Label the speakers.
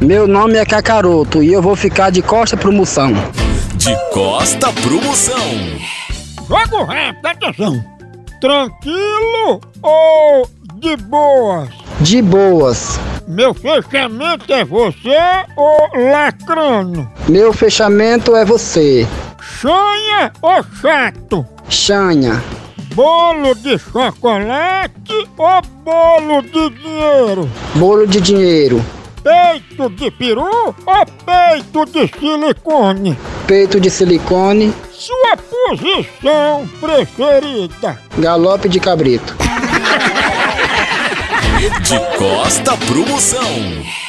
Speaker 1: Meu nome é Cacaroto e eu vou ficar de costa pro Moção.
Speaker 2: De costa pro Moção.
Speaker 3: Jogo rápido, atenção. Tranquilo ou de boas?
Speaker 1: De boas.
Speaker 3: Meu fechamento é você ou lacrano?
Speaker 1: Meu fechamento é você.
Speaker 3: Chanha ou chato?
Speaker 1: Chanha.
Speaker 3: Bolo de chocolate ou bolo de dinheiro?
Speaker 1: Bolo de dinheiro.
Speaker 3: Peito de peru ou peito de silicone?
Speaker 1: Peito de silicone.
Speaker 3: Sua posição preferida?
Speaker 1: Galope de cabrito.
Speaker 2: De costa pro Moção.